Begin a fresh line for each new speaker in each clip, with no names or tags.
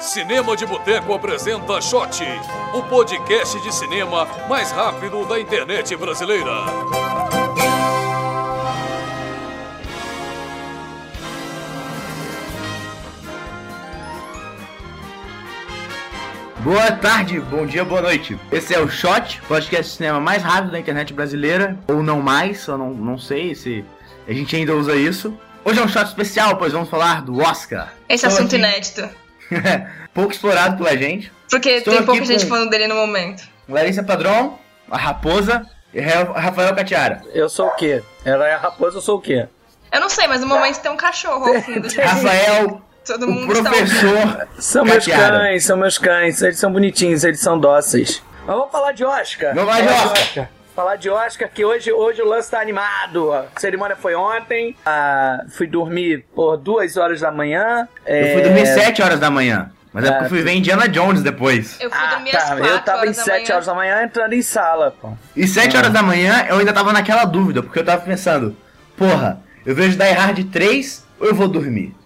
Cinema de Boteco apresenta Shot, o podcast de cinema mais rápido da internet brasileira.
Boa tarde, bom dia, boa noite. Esse é o Shot, podcast de cinema mais rápido da internet brasileira, ou não mais, eu não, não sei se a gente ainda usa isso. Hoje é um shot especial, pois vamos falar do Oscar.
Esse
Então,
assunto é.
assim, É,
inédito.
Pouco explorado pela gente.
Porque
Estou
tem
aqui
pouca gente
com-
falando dele no momento.
Larissa Padrão, a Raposa e Ra- Rafael Catiara.
Eu sou o quê? Ela é a raposa, eu sou o quê?
Eu não sei, mas no momento tem um cachorro ao fundo. É, gente.
Rafael,
Todo
o
mundo está ouvindo.
professor.
São meus
Catiara.
cães, são meus cães, eles são bonitinhos, eles são dóceis. Mas vamos falar de Oscar.
Vamos falar de Oscar.
Falar de Oscar, que hoje, hoje o lance tá animado. A cerimônia foi ontem, ah, fui dormir por duas horas da manhã. É,
Eu fui dormir 7 horas da manhã, mas é porque eu
Ah,
fui ver Indiana Jones depois.
Eu fui
Ah,
dormir às
tá.
4
Eu tava em
horas da
7
manhã.
horas da manhã entrando em sala, pô.
E 7
Ah.
horas da manhã eu ainda tava naquela dúvida, porque eu tava pensando, porra, eu vejo Die Hard 3 ou eu vou dormir?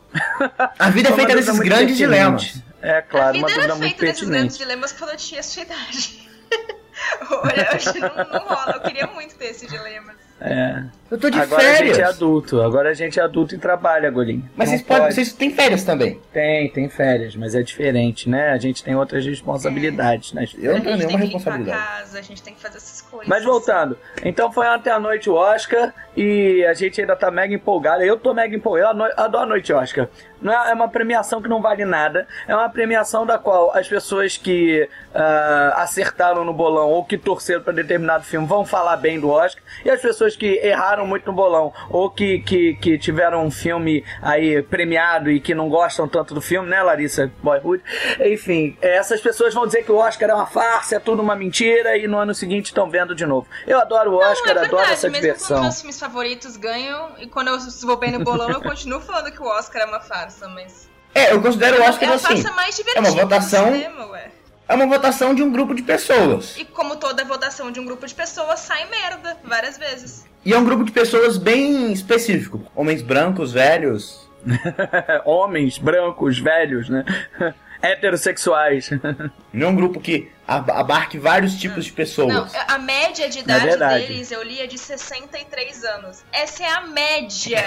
A vida é
Foi uma
feita
dúvida
desses
muito
grandes
pertinente.
dilemas.
É claro, uma
vida
dúvida
era
muito
feita desses grandes
pertinente.
dilemas quando eu tinha essa idade. Olha, hoje não, não rola. Eu queria muito ter esse dilema.
É.
Eu tô de
Agora a
férias.
gente é adulto, agora a gente é adulto e trabalha, Golim.
Mas
Não
vocês podem.
pode.
Vocês têm férias também.
Tem, tem férias, mas é diferente, né? A gente tem outras responsabilidades nas
Eu
a
não
gente
férias.
tenho nenhuma
tem que limpar a
responsabilidade.
casa, a gente tem que fazer essas coisas.
Mas voltando, então foi ontem à noite o Oscar e a gente ainda tá mega empolgado. Eu tô mega empolgado, eu ano- adoro a noite Oscar. Não é, é uma premiação que não vale nada, é uma premiação da qual as pessoas que ah, acertaram no bolão ou que torceram pra determinado filme vão falar bem do Oscar e as pessoas que erraram muito no bolão ou que, que, que tiveram um filme aí premiado e que não gostam tanto do filme, né, Larissa? Boyhood. Enfim, eh, essas pessoas vão dizer que o Oscar é uma farsa, é tudo uma mentira e no ano seguinte estão vendo de novo. Eu adoro o
Não,
Oscar,
é verdade,
adoro essa
mesmo
diversão.
quando meus filmes favoritos ganham, e quando eu vou bem no bolão, eu continuo falando que o Oscar é uma farsa, mas...
É, eu considero o Oscar
é a
assim.
farsa mais divertida
votação-
do cinema, ué.
É uma votação de um grupo de pessoas.
E como toda votação de um grupo de pessoas, sai merda várias vezes.
E é um grupo de pessoas bem específico. Homens brancos, velhos.
Homens, brancos, velhos, né? Heterossexuais.
Não é um grupo que aba- abarque vários tipos de
Não, é
pessoas.
a média de idade
verdade.
deles, eu li, é de 63 anos. Essa é a média.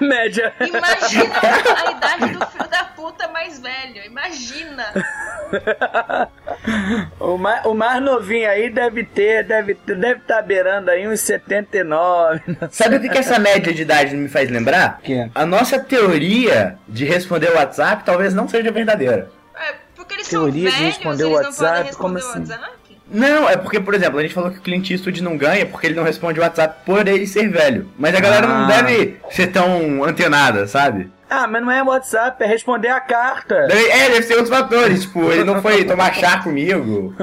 A média.
Imagina a idade do filho da puta mais velho. Imagina.
O mais, o mais novinho aí deve ter, deve estar deve tá beirando aí uns 79.
Sabe o que, que essa média de idade me faz lembrar?
Que?
A nossa teoria de responder o WhatsApp talvez não seja verdadeira.
É, porque eles
Teoria de
são velhos,
responder
eles
o
não podem
WhatsApp,
responder
como
o
assim?
WhatsApp.
Não, é porque, por exemplo, a gente falou que o Clint Eastwood não ganha porque ele não responde o WhatsApp por ele ser velho. Mas a galera não
Ah.
deve ser tão antenada, sabe?
Ah, mas não é WhatsApp, é responder a carta.
Deve- é, deve ser outros fatores, tipo, ele não foi tomar chá comigo.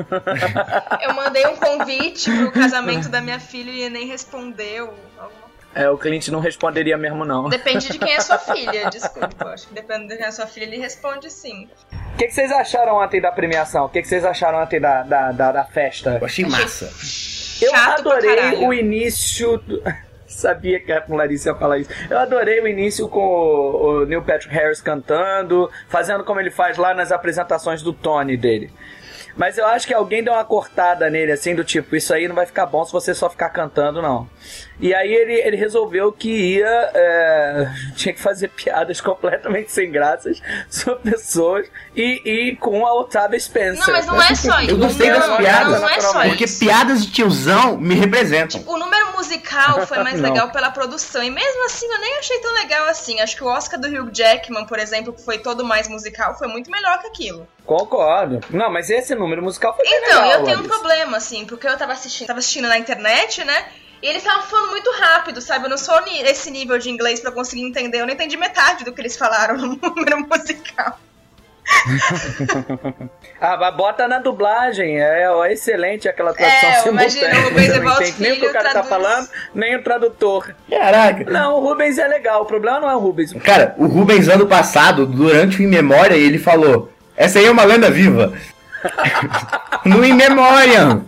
Eu mandei um convite pro casamento da minha filha e nem respondeu. Alguma-
É, o cliente não responderia mesmo, não.
Depende de quem é sua filha, desculpa. Acho que depende de quem é sua filha, ele responde sim.
O que, que vocês acharam ontem da premiação? O que, que vocês acharam ontem da, da, da, da festa?
Eu achei massa.
Eu
Chato pra
adorei
caralho.
o início. Do... Sabia que a Larissa ia falar isso. Eu adorei o início com o, o Neil Patrick Harris cantando, fazendo como ele faz lá nas apresentações do Tony dele. Mas eu acho que alguém deu uma cortada nele, assim, do tipo, isso aí não vai ficar bom se você só ficar cantando, não. E aí ele, ele resolveu que ia. é, tinha que fazer piadas completamente sem graças sobre pessoas e, e com a Otávia Spencer.
Não, mas não é só isso.
Eu gostei
não,
das piadas,
Não é só
naturalmente.
Porque
isso.
piadas de tiozão me representam.
O número musical foi mais
Não.
legal pela produção. E mesmo assim, eu nem achei tão legal assim. Acho que o Oscar do Hugh Jackman, por exemplo, que foi todo mais musical, foi muito melhor que aquilo.
Concordo. Não, mas esse número musical foi bem
Então,
É legal,
eu tenho um
Larissa.
problema, assim, porque eu tava assistindo, tava assistindo na internet, né? E eles estavam falando muito rápido, sabe? Eu não sou ni- esse nível de inglês pra conseguir entender. Eu não entendi metade do que eles falaram no número musical.
Ah, mas bota na dublagem. É ó, excelente aquela tradução
É, eu
simultânea.
imagino o Rubens
Você não
Evaldo
entende nem o que
Filho
o cara
traduz.
tá falando, nem o tradutor.
Caraca.
Não, o Rubens é legal. O problema não é o Rubens.
Cara, o Rubens ano passado, durante o Em Memória, ele falou: Essa aí é uma lenda viva. no In Memoriam.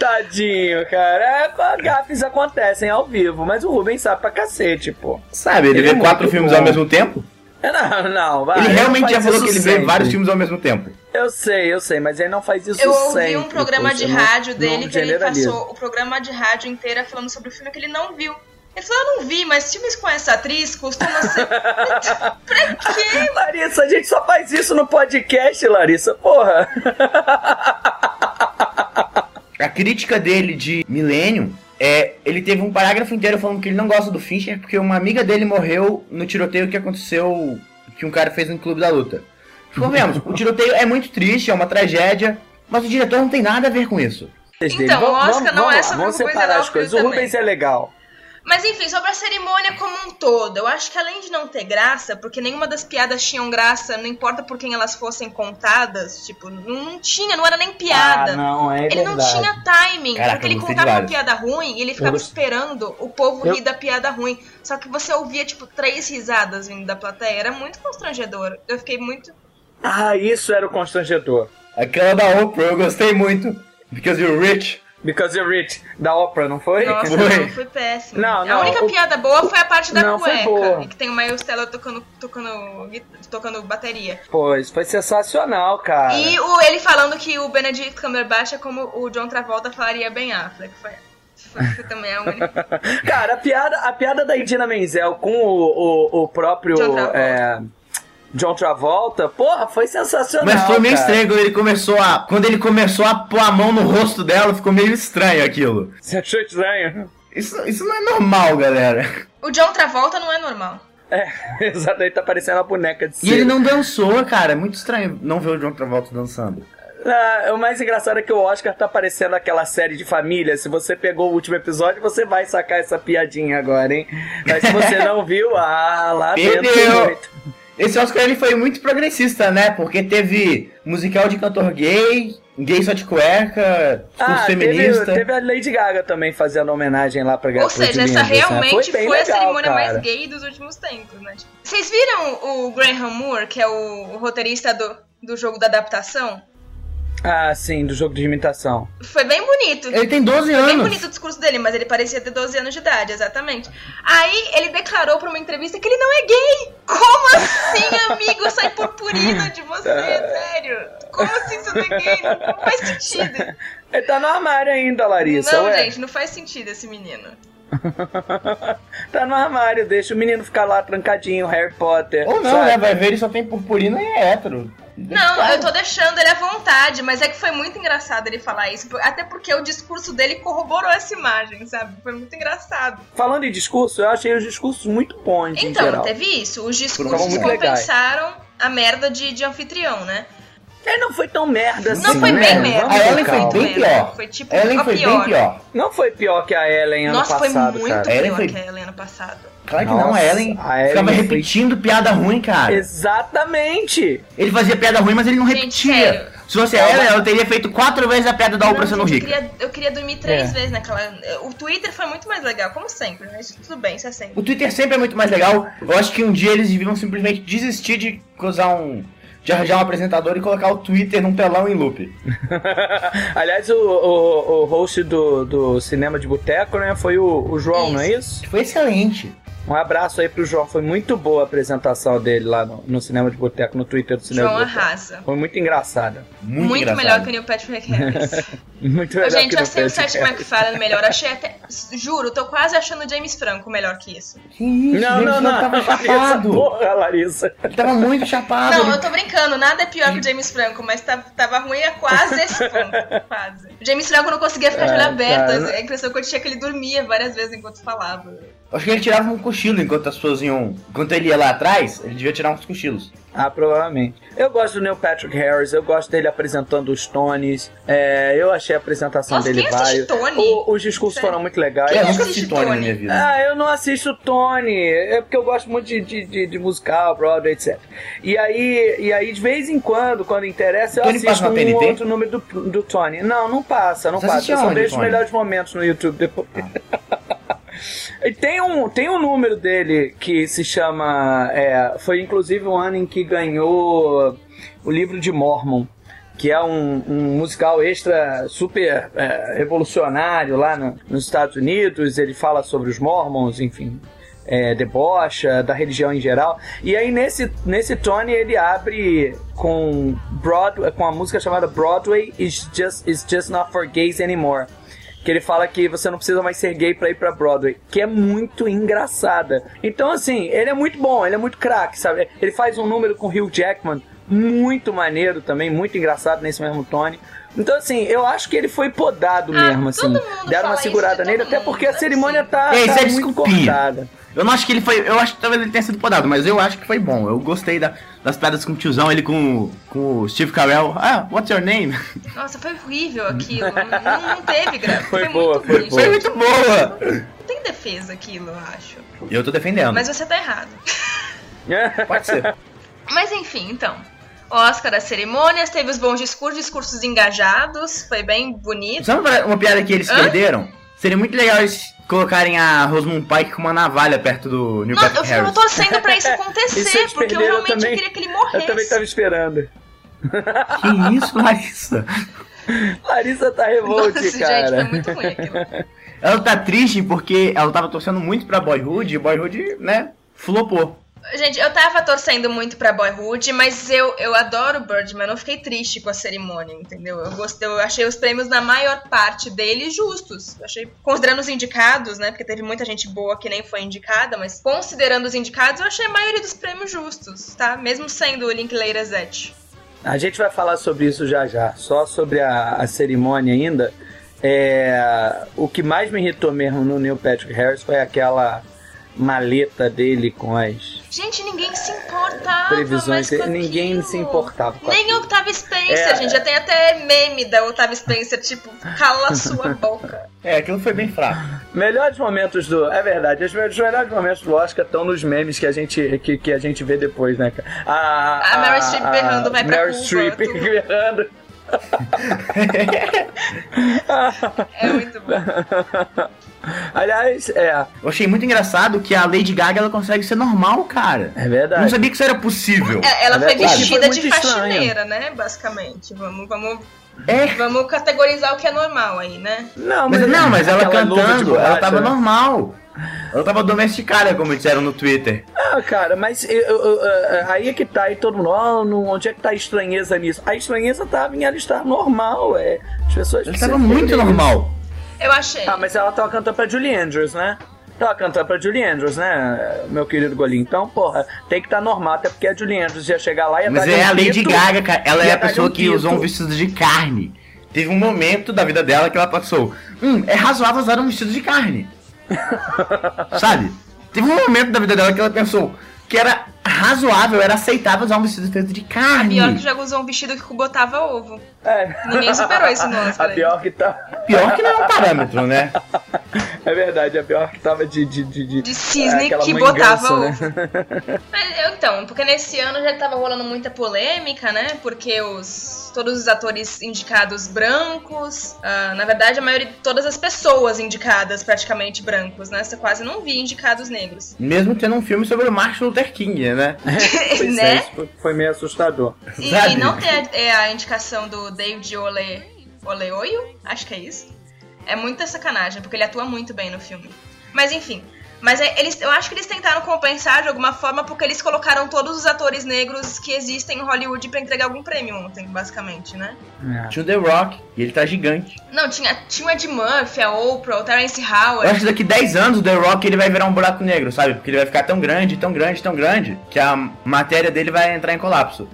Tadinho, cara. É, gafes acontecem ao vivo, mas o Rubens sabe pra cacete, pô.
Sabe, ele,
Ele é
vê quatro
muito
filmes
bom.
ao mesmo tempo.
Não, não, vai.
ele realmente já falou
faz isso
que ele vê
sempre.
vários filmes ao mesmo tempo.
Eu sei, eu sei, mas ele não faz isso
Eu ouvi
sempre.
um programa
poxa,
de
não-
rádio
não
dele que ele
generaliza.
passou o programa de rádio inteira falando sobre o filme que ele não viu. Ele falou, eu não vi, mas filmes com essa atriz costuma ser. pra quê?
Larissa, a gente só faz isso no podcast, Larissa, porra.
A crítica dele de Millennium é. Ele teve um parágrafo inteiro falando que ele não gosta do Fincher porque uma amiga dele morreu no tiroteio que aconteceu. que um cara fez no Clube da Luta. Convenhamos, o tiroteio é muito triste, é uma tragédia, mas o diretor não tem nada a ver com isso.
Então,
o Oscar não é sobre
vamos
uma coisa
separar
não,
as coisas. O
também.
Rubens é legal.
Mas enfim, sobre a cerimônia como um todo, eu acho que além de não ter graça, porque nenhuma das piadas tinham graça, não importa por quem elas fossem contadas, tipo, não, não tinha, não era nem piada.
Ah, não, é
Ele não
verdade.
tinha timing,
Caraca,
porque ele
eu gostei
contava uma
demais.
piada ruim e ele ficava
gostei.
esperando o povo
Eu-
rir da piada ruim. Só que você ouvia, tipo, três risadas vindo da plateia. Era muito constrangedor. Eu fiquei muito.
Ah, isso era o constrangedor.
Aquela da Oprah eu gostei muito, because you're rich.
Because you're rich, da Oprah, não foi?
Nossa,
Foi.
não, foi péssimo.
Não,
a
não,
única
o-
piada boa foi a parte da
Não, foi
cueca.
boa.
E que tem o Miles Teller tocando, tocando, gui- tocando bateria.
Pois, foi sensacional, cara.
E o, ele falando que o Benedict Cumberbatch é como o John Travolta falaria bem Affleck. Foi, foi, foi também a única.
Cara, a piada, a piada da Idina Menzel com o, o, o próprio
John Travolta.
é, John Travolta, porra, foi sensacional.
Mas foi meio
cara.
estranho quando ele começou a. Quando ele começou a pôr a mão no rosto dela, ficou meio estranho aquilo.
Você achou estranho?
Isso, isso não é normal, galera.
o John Travolta não é normal.
É, exato, ele tá parecendo uma boneca de
E ele
cera.
não dançou, cara. É muito estranho não ver o John Travolta dançando.
Ah, o mais engraçado é que o Oscar tá parecendo aquela série de família. Se você pegou o último episódio, você vai sacar essa piadinha agora, hein? Mas se você não viu, ah, lá
Perdeu.
muito.
Esse Oscar ele foi muito progressista, né? Porque teve musical de cantor gay, gay só de cueca,
Ah,
discurso
teve,
feminista.
teve a Lady Gaga também fazendo homenagem lá pra
Ou
pra
seja,
Julie
essa
Andrews, né?
realmente foi,
bem
a
legal,
cerimônia mais
cara.
gay dos últimos tempos, né? Tipo, Vocês viram o Graham Moore, que é o, o roteirista do, do jogo da adaptação?
Ah, sim, do jogo de imitação.
Foi bem bonito.
Ele tem 12
Foi bem
anos.
bonito o discurso dele, mas ele parecia ter 12 anos de idade, exatamente. Aí ele declarou pra uma entrevista que ele não é gay. Como assim, amigo? Sai purpurina de você, sério. Como assim você não é gay? Não faz sentido.
Ele tá no armário ainda, Larissa.
Não,
ué.
gente, não faz sentido esse menino.
tá no armário, deixa o menino ficar lá trancadinho, Harry Potter.
Ou não,
sabe?
né? Vai ver, ele só tem purpurina e é hétero.
Não, eu tô deixando ele à vontade, mas é que foi muito engraçado ele falar isso, por- até porque o discurso dele corroborou essa imagem, sabe? Foi muito engraçado.
Falando em discurso, eu achei os discsos muito bons em
Então,
geral.
teve isso, os
Foram
discursos
muito legais.
compensaram a merda de, de anfitrião, né?
Ele não foi tão merda assim.
Não foi
né?
bem merda.
Vamos
A
com
Ellen foi
calma.
bem
Merda.
pior.
Foi tipo
Ellen
a
foi
pior.
bem pior.
Não foi pior que a Ellen ano
Nossa,
passado,
foi muito
cara.
A Ellen
pior
foi-
que a Helena passado.
Claro que não,
Nossa,
a Ellen
a Ellen
ficava
foi-
repetindo piada ruim, cara.
Exatamente.
Ele fazia piada ruim, mas ele não
Gente,
repetia.
sério.
Se fosse ela, ela teria feito quatro vezes a piada da Oprah
Não,
sendo
gente, eu,
rica.
queria, eu queria dormir três
É.
vezes naquela. O Twitter foi muito mais legal, como sempre, né? Isso tudo bem, isso é sempre.
O Twitter sempre é muito mais legal. Eu acho que um dia eles deviam simplesmente desistir de usar um. de arranjar um apresentador e colocar o Twitter num telão em loop.
Aliás, o, o, o host do, do cinema de boteco, né, foi o, o João, não é isso?
Foi excelente.
Um abraço aí pro João. Foi muito boa a apresentação dele lá no, no cinema de boteco, no Twitter do cinema
João
de boteco.
arrasa.
Foi muito engraçada.
né? Muito,
Muito,
engraçado.
melhor que o Neil Patrick Harris.
Muito
Ô,
melhor
gente,
que
eu
no
achei o
Fred
Seth MacFarlane melhor. Achei até. Juro, tô quase achando o James Franco melhor que isso.
Que isso,
Não,
ele
não, não.
tava
Larissa,
chapado.
porra, Larissa.
Ele tava muito
Ah,
chapado.
Não, eu
ele-
tô brincando, nada é pior que o James Franco, mas tá- tava ruim a quase esse ponto. Quase. O James Franco não conseguia ficar de olho
Ah,
aberto.
cara.
A impressão que eu tinha é que ele dormia várias vezes enquanto falava.
Acho que ele tirava um cochilo enquanto as pessoas iam. Enquanto ele ia lá atrás, ele devia tirar uns cochilos.
Ah, provavelmente. Eu gosto do Neil Patrick Harris, eu gosto dele apresentando os Tones. É, eu achei a apresentação
Nossa,
dele
quem assiste
vários.
Tony?
O- os discursos
Sério?
foram muito legais.
eu
Eu
nunca
assisti
assisti Tony na
Tony.
minha vida.
Ah, eu não assisto Tony, é porque eu gosto muito de, de, de- de musical, Broadway, etc. E aí, e aí, de vez em quando, quando interessa, eu
Tony
assisto
passa na
um
TNT?
outro número do, do Tony. Não, não passa, não
Você
passa.
assiste
Eu só
aonde,
vejo os
Tony? Ah.
melhores momentos no YouTube depois. E tem um, tem um número dele que se chama. é, foi inclusive o ano em que ganhou o livro de Mormon, que é um, um musical extra super é, revolucionário lá no- nos Estados Unidos. Ele fala sobre os Mormons, enfim. é, debocha, da religião em geral. E aí nesse, nesse Tony ele abre com Broadway, com a música chamada Broadway is just, is just not for gays anymore. Que ele fala que você não precisa mais ser gay pra ir pra Broadway. Que é muito engraçada. Então, assim, ele é muito bom, ele é muito craque, sabe? Ele faz um número com Hugh Jackman muito maneiro também, muito engraçado nesse mesmo Tony. Então, assim, eu acho que ele foi podado
Ah,
mesmo,
todo
assim.
mundo
Deram
fala
uma
isso de
segurada
todo
nele, até
mundo,
porque a
não é
cerimônia tá,
É, isso
tá
é
muito
desculpinha.
cortada.
Eu não acho que ele foi. Eu acho que talvez ele tenha sido podado, mas eu acho que foi bom. Eu gostei da- das piadas com o tiozão, ele com, o- com o Steve Carell. Ah, what's your name?
Nossa, foi horrível aquilo. Não, não teve graça.
Foi boa, foi
ruim,
Foi
boa.
gente.
muito boa!
Não tem defesa aquilo, eu acho.
Eu tô defendendo.
Mas você tá errado.
Pode ser.
Mas enfim, então. Oscar das cerimônias, teve os bons discursos, discursos engajados, foi bem bonito.
Sabe uma- uma piada que eles
Hã?
perderam? Seria muito legal eles colocarem a Rosamund Pike com uma navalha perto do New
Não, eu
Patrick
fico
Harris.
torcendo pra isso acontecer,
Isso eles
porque eu
perderam
realmente
também.
queria que ele
Eu também
morresse.
tava esperando.
Que isso, Larissa?
Larissa tá
Nossa,
revolte,
gente, foi
cara.
muito ruim aquilo.
Ela tá triste porque ela tava torcendo muito pra Boyhood e Boyhood, né, flopou.
Gente, eu tava torcendo muito pra Boyhood, mas eu, eu adoro Birdman, eu não fiquei triste com a cerimônia, entendeu? Eu gostei, eu achei os prêmios na maior parte deles justos. Eu achei, considerando os indicados, né? Porque teve muita gente boa que nem foi indicada, mas considerando os indicados, eu achei a maioria dos prêmios justos, tá? Mesmo sendo o Linklater Zet.
A gente vai falar sobre isso já já. Só sobre a, a cerimônia ainda. É, o que mais me irritou mesmo no Neil Patrick Harris foi aquela maleta dele com as
Gente, ninguém se importava.
previsões.
mais com
dele. Ninguém se
aquilo.
importava com
Nem
aquilo.
o Octavio Spencer,
É.
gente. Já tem até meme da Octavio Spencer, tipo, cala a sua boca.
É, aquilo foi bem fraco.
Melhores momentos do. É verdade, os me- os melhores momentos do Oscar estão nos memes que a gente, que, que a gente vê depois, né, cara? A,
A Meryl Streep berrando, vai pra
Meryl
Cuba,
Streep
tudo.
berrando.
É muito bom.
Aliás, é,
Eu achei muito engraçado que a Lady Gaga, ela consegue ser normal, cara.
é
Eu não
verdade.
sabia que isso era possível.
É, Ela
É
foi
verdade.
vestida
Foi
de
muito estranho.
faxineira, né? Basicamente. Vamos, vamos,
É,
vamos categorizar o que é normal aí, né?
Não,
mas, não, mas ela
é aquela luva de
cantando,
borracha,
ela tava
né?
normal. Ela tava domesticada, como disseram no Twitter.
Ah, cara, mas eu- eu- eu- aí é que tá, e todo mundo, "Ah, não, onde é que tá a estranheza nisso? A estranheza tava em ela estar normal, é. As pessoas.
Ela
precisam
tava muito
entender
normal.
Eu achei.
isso. Ah, mas ela tava cantando pra Julie Andrews, né? Tava cantando pra Julie Andrews, né, meu querido Golinho? Então, porra, tem que estar normal, até porque a Julie Andrews ia chegar lá e ia
Mas
dar-lhe
é
um
a Lady
grito.
Gaga, cara. Ela é a
Ia dar-lhe
pessoa
um
que usou um
grito.
vestido de carne. Teve um momento da vida dela que ela passou. Hum, é razoável usar um vestido de carne. Sabe? Teve um momento da vida dela que ela pensou que era razoável, era aceitável usar um vestido feito de
A
carne.
Bjork já usou um vestido que botava ovo.
É.
Ninguém superou né? isso no Oscar
A
ainda.
pior que tá.
Pior que não é um parâmetro, né?
É verdade, a pior que tava de. De, de, de,
De cisne
é aquela
que
mãe
botava
ganso,
ovo.
né?
Mas, eu, então, porque nesse ano já tava rolando muita polêmica, né? Porque os todos os atores indicados brancos, ah, na verdade a maioria todas as pessoas indicadas praticamente brancos, né? Você quase não vi indicados negros.
Mesmo tendo um filme sobre o Martin Luther King, né?
Pois é,
né?
isso foi- foi meio assustador.
E
Sabe?
não tem a, é a indicação do David Ole, Oleoio, acho que é isso. É muita sacanagem, porque ele atua muito bem no filme. Mas enfim. Mas é- eles, eu acho que eles tentaram compensar de alguma forma porque eles colocaram todos os atores negros que existem em Hollywood pra entregar algum prêmio ontem, basicamente, né?
É.
Tinha o The Rock, e ele tá gigante.
Não, tinha, tinha o Ed Murphy, a Oprah, o Terence
Eu
Howard.
acho que daqui 10 anos o The Rock ele vai virar um buraco negro, sabe? Porque ele vai ficar tão grande, tão grande, tão grande, que a matéria dele vai entrar em colapso.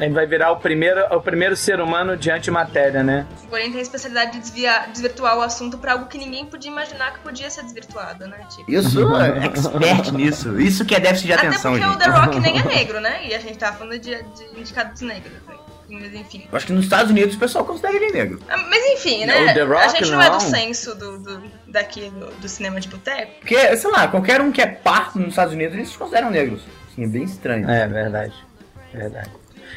Ele vai virar o primeiro, o primeiro ser humano de antimatéria, né?
Porém, tem a especialidade de desviar, desvirtuar o assunto pra algo que ninguém podia imaginar que podia ser desvirtuado, né? Tipo.
Eu sou expert nisso. Isso que é déficit de
Até
atenção,
porque o
gente.
The Rock nem é negro, né? E a gente tava falando de, de indicados negros. né? Mas enfim.
Eu acho que nos Estados Unidos o pessoal considera ele negro.
Ah, Mas enfim,
Não,
né?
o The
a
Rock
gente não, é
não.
do senso do, do- daqui do, do cinema de boteco.
Porque, sei lá, qualquer um que é parto nos Estados Unidos, eles se consideram negros. Assim, é bem estranho.
É verdade. Verdade.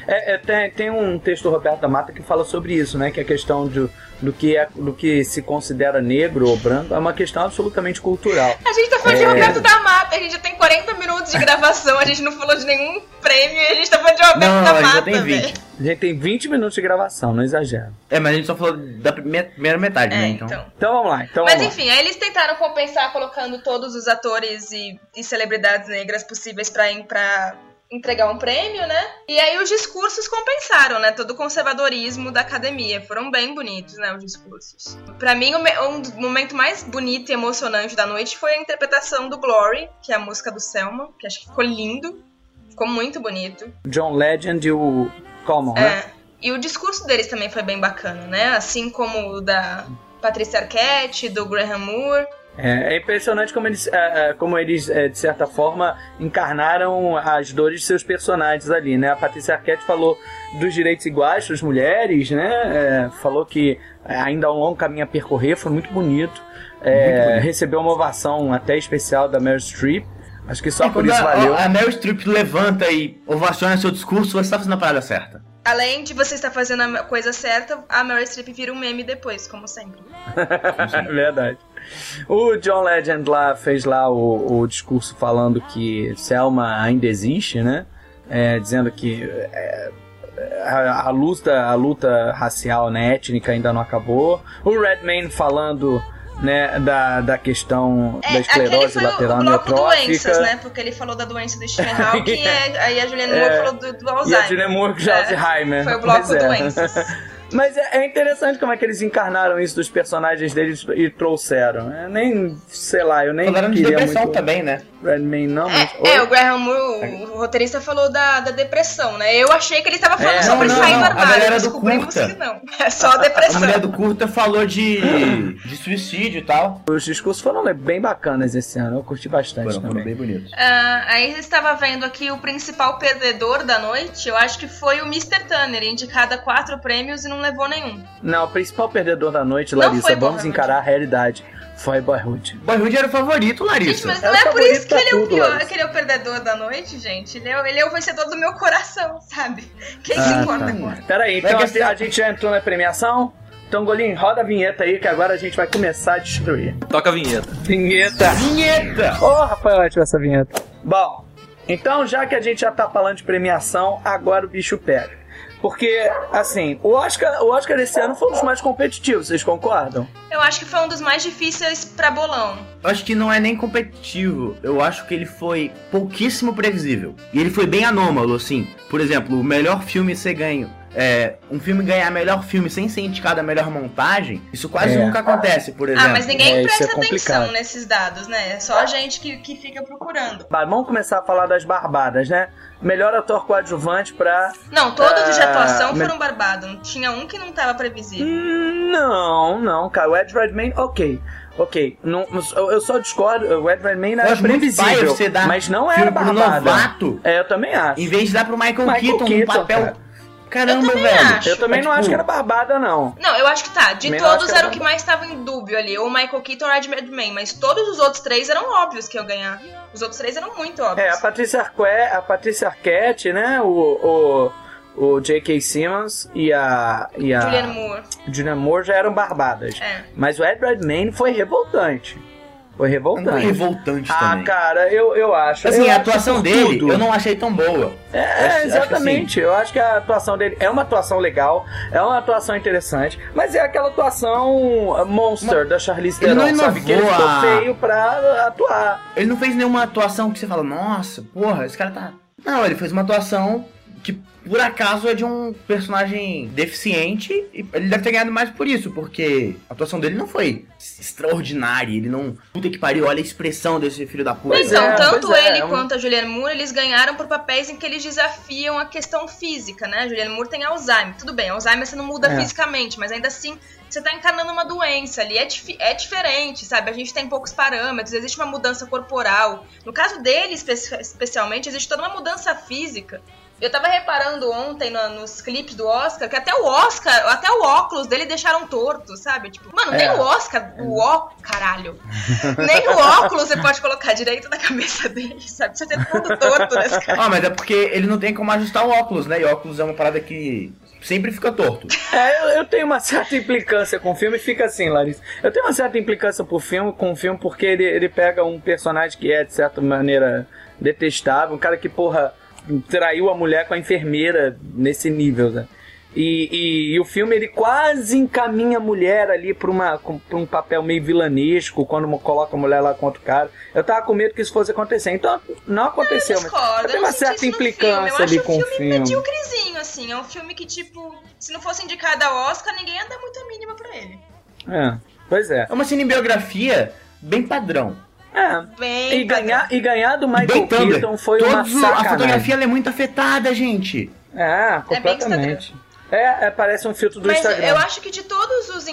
É, é, tem, tem um texto do Roberto da Mata que fala sobre isso, né? Que a questão de, do, que é, do que se considera negro ou branco é uma questão absolutamente cultural.
A gente tá falando
É.
de Roberto da Mata, a gente já tem 40 minutos de gravação, a gente não falou de nenhum prêmio e a gente tá falando de Roberto
Não,
da
ainda
Mata, né?
tem 20.
velho.
A gente tem 20 minutos de gravação, não exagero.
É, mas a gente só falou da prime- primeira metade,
É,
né?
então.
Então.
Então vamos lá. Então,
Mas
vamos lá.
enfim, aí eles tentaram compensar colocando todos os atores e, e celebridades negras possíveis pra, en- pra entregar um prêmio, né? E aí os discursos compensaram, né? Todo o conservadorismo da academia. Foram bem bonitos, né? Os discursos. Pra mim, o me- um dos momentos mais bonito e emocionante da noite foi a interpretação do Glory, que é a música do Selma, que acho que ficou lindo. Ficou muito bonito.
John Legend e o Common, né?
É. E o discurso deles também foi bem bacana, né? Assim como o da Patrícia Arquette, do Graham Moore.
É, é impressionante como eles, é, é, como eles é, de certa forma, encarnaram as dores de seus personagens ali, né? A Patrícia Arquette falou dos direitos iguais para as mulheres, né? É, falou que ainda há um longo caminho a percorrer, foi muito bonito. É, Recebeu uma ovação até especial da Meryl Streep. Acho que só
É,
por
quando
isso valeu.
a, a Meryl Streep levanta e ovaciona seu discurso, você tá fazendo a parada certa.
Além de você estar fazendo a coisa certa, a Meryl Streep vira um meme depois, como sempre.
É Verdade. O John Legend lá fez lá o, o discurso falando que Selma ainda existe, né? É, dizendo que é, a, a luta, a luta racial, né, étnica ainda não acabou. O Redman falando, né, da, da questão
É,
da
aquele
esclerose
foi o-
lateral
o bloco
neotrófica.
doenças, né? Porque ele falou da doença do Steinhawking e a- aí a Juliana
É.
Moore falou do, do
E a
Alzheimer. É.
Julia Moore com Alzheimer.
Foi o bloco
Pois é.
doenças.
Mas é é interessante como é que eles encarnaram isso dos personagens deles e trouxeram. Eu nem, sei lá, eu nem
Falaram de
queria
depressão
muito...
também, né?
Redman é, não, mas...
É, é, o Graham Moore, o roteirista, falou da, da depressão, né? Eu achei que ele estava falando
É.
sobre
Não, não,
sair do
não. A
armário,
galera do
descobrimos
curta.
que não. É só a
A
depressão.
mulher do curta falou de, de suicídio e tal.
Os discursos foram bem bacanas esse ano, eu curti bastante
Foram, foram
também.
bem bonitos.
Ah, aí eu estava vendo aqui o principal perdedor da noite, eu acho que foi o Mr. Tanner, indicado a quatro prêmios e não levou nenhum.
Não, o principal perdedor da noite,
Não
Larissa,
foi
vamos
Boyhood.
encarar a realidade, foi Boyhood.
Boyhood era o favorito,
Gente,
Larissa.
mas
É
não
o
é por
favorito
isso que
pra
ele é o
tudo,
pior,
Larissa.
que ele é o perdedor da noite, gente. Ele é, ele é o vencedor do meu coração, sabe? Quem se
Ah,
importa
tá.
agora?
Peraí,
Vai
então
que
a,
esse-
a gente já entrou na premiação? Então, Golim, roda a vinheta aí que agora a gente vai começar a destruir.
Toca a vinheta.
Vinheta!
Vinheta!
Ô, Rafael, ativa essa vinheta. Bom, então já que a gente já tá falando de premiação, agora o bicho pega. Porque, assim, o Oscar, o Oscar desse ano foi um dos mais competitivos, vocês concordam?
Eu acho que foi um dos mais difíceis pra bolão.
Eu acho que não é nem competitivo. Eu acho que ele foi pouquíssimo previsível. E ele foi bem anômalo, assim. Por exemplo, o melhor filme ser ganho. É, um filme ganhar melhor filme sem ser indicado a melhor montagem, isso quase
É.
nunca acontece, por
Ah,
exemplo.
mas ninguém
É, isso é
presta
complicado.
atenção nesses dados, né? É só a gente que, que fica procurando.
Bah, Vamos começar a falar das barbadas, né? Melhor ator coadjuvante pra.
Não, todos os de
Ah,
atuação
mas-
foram barbados. Não tinha um que não tava previsível.
Hum, Não, não, cara. O Ed Redmayne, ok. Ok. Não, eu eu só discordo. O Ed Redmayne
Eu
era
acho muito paia
previsível.
você dar
é Mas não
filme
era
pro
barbada.
novato,
É, eu também acho.
em vez de dar pro Michael,
Michael
Keaton, um
Keaton,
papel.
cara.
Caramba,
Eu também
velho.
acho.
Eu também não
Mas,
acho que
tipo,
era barbada, não.
Não, eu acho que tá. De
Também não acho
todos
que era
era o que mais tava em dúbio ali. Ou Michael Keaton ou Ed Redmayne. Mas todos os outros três eram óbvios que eu ganhar. Os outros três eram muito
É, a
óbvios.
Patrícia, Arquette, a Patrícia Arquette, né? O, o, o J.K. Simmons e a, e a Ah.
Julianne Moore.
Julianne Moore já eram barbadas.
É.
Mas o Ed Redmayne foi revoltante. Foi
não é
revoltante.
revoltante
ah,
também.
cara, eu, eu acho.
Assim,
eu
a
acho
atuação
por
dele
tudo.
eu não achei tão boa.
É,
Acho- acho que assim-
exatamente. Eu acho que a atuação dele é uma atuação legal, é uma atuação interessante, mas é aquela atuação uh, monster da Charlize
ele
Theron,
não
sabe? Que ele
inovou
ficou
a-
feio pra atuar.
Ele não fez nenhuma atuação que você fala, nossa, porra, esse cara tá. Não, ele fez uma atuação que por acaso é de um personagem deficiente e ele deve ter ganhado mais por isso, porque a atuação dele não foi extraordinária. Ele não. Puta que pariu, olha a expressão desse filho da puta.
Pois
então,
é,
tanto
pois é,
ele
é um-
quanto a Julianne Moore, eles ganharam por papéis em que eles desafiam a questão física, né? A Julianne Moore tem Alzheimer. Tudo bem, Alzheimer você não muda
É.
fisicamente, mas ainda assim você tá encarnando uma doença ali. É, dif- é diferente, sabe? A gente tem poucos parâmetros, existe uma mudança corporal. No caso dele, espe- especialmente, existe toda uma mudança física. Eu tava reparando ontem no- nos clipes do Oscar que até o Oscar, até o óculos dele deixaram torto, sabe? Tipo, mano, nem
É.
o Oscar, o ó, caralho. nem o óculos você pode colocar direito na cabeça dele, sabe? Você tem tudo torto nesse cara.
Ah, mas é porque ele não tem como ajustar o óculos, né? E óculos é uma parada que sempre fica torto.
É, eu, eu tenho uma certa implicância com o filme, fica assim, Larissa. Eu tenho uma certa implicância pro filme, com o filme, porque ele, ele pega um personagem que é, de certa maneira, detestável, um cara que, porra, traiu a mulher com a enfermeira nesse nível, né? E, e- e o filme ele quase encaminha a mulher ali pra, uma, com- pra um papel meio vilanesco, quando mo- coloca a mulher lá contra o cara. Eu tava com medo que isso fosse acontecer. Então não aconteceu,
Eu
mas
discordo,
eu tenho
não
uma
senti
certa
isso no
implicância
filme.
ali
Eu acho
com o
um filme
filme.
medíocrezinho, assim. É um filme que, tipo, se não fosse indicado ao Oscar, ninguém ia dar muito a mínima pra ele.
É, pois é.
É uma cinebiografia bem padrão.
É,
Bem
E ganhar, e ganhar do
E bem
Michael
Thunder.
Keaton foi uma
Todos o-
sacanagem.
a fotografia ela é muito afetada, gente.
É, completamente. É, é, parece um filtro do
Mas
Instagram.
eu acho que de todos os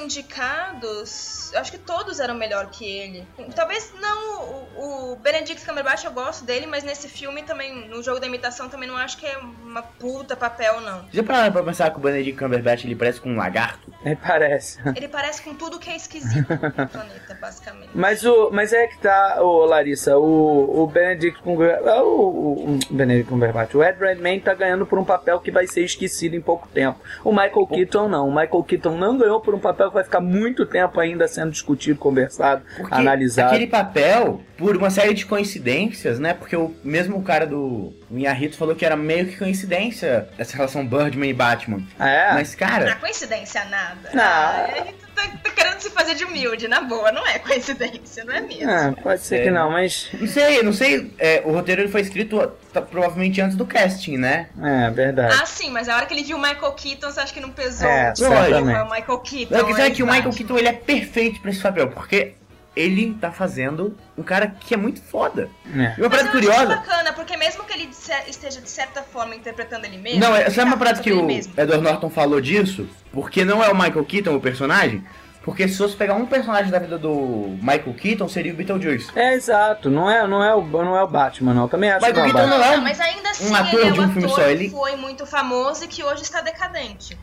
indicados, eu acho que todos eram melhor que ele. Talvez não o, o Benedict Cumberbatch, eu gosto dele, mas nesse filme também, no jogo da imitação, também não acho que é uma puta papel, não.
Já pararam pra pensar que o Benedict Cumberbatch ele parece com um lagarto?
É, parece.
Ele parece com tudo que é esquisito no planeta, basicamente.
Mas, o, mas é que tá, ô, Larissa, o, o Benedict Cumberbatch, o, o- o Benedict Cumberbatch, o Ed Redmayne tá ganhando por um papel que vai ser esquecido em pouco tempo. O Michael Keaton não. O Michael Keaton não ganhou por um papel que vai ficar muito tempo ainda sendo discutido, conversado,
Porque
analisado.
aquele papel, por uma série de coincidências, né? Porque o mesmo cara do Inharito falou que era meio que coincidência essa relação Birdman e Batman.
É,
Mas,
Não é
cara,
coincidência nada.
Não.
Ah, ele tá, tá querendo se fazer de humilde, na boa. Não é coincidência, não é mesmo?
é, pode ser que
É.
não, mas...
não sei, não sei. é, o roteiro ele foi escrito tá, provavelmente antes do casting, né?
É, verdade.
Ah, sim, mas a hora que ele viu o Michael Keaton, você acha que não pesou?
É,
Tipo,
certamente.
é o Michael Keaton.
Não, que sabe
é
que o Michael
Batman.
Keaton ele é perfeito pra esse papel, porque ele tá fazendo um cara que é muito foda.
É.
E uma
Mas
parada
eu acho
curiosa.
bacana, porque mesmo que ele disse- esteja de certa forma interpretando ele mesmo.
Não, é,
ele
sabe uma
tá
parada que o
interpretando ele mesmo.
Edward Norton falou disso? Porque não é o Michael Keaton o personagem? Porque se fosse pegar um personagem da vida do Michael Keaton, seria o Beetlejuice.
É, exato. Não é, não, é o, não é o Batman, não. Eu também acho
Mas
que não é o
o
Batman.
Keaton não é um-
mas ainda assim
ator
ele é
de
um
um
ator
filme só, ele-
que foi muito famoso e que hoje está decadente.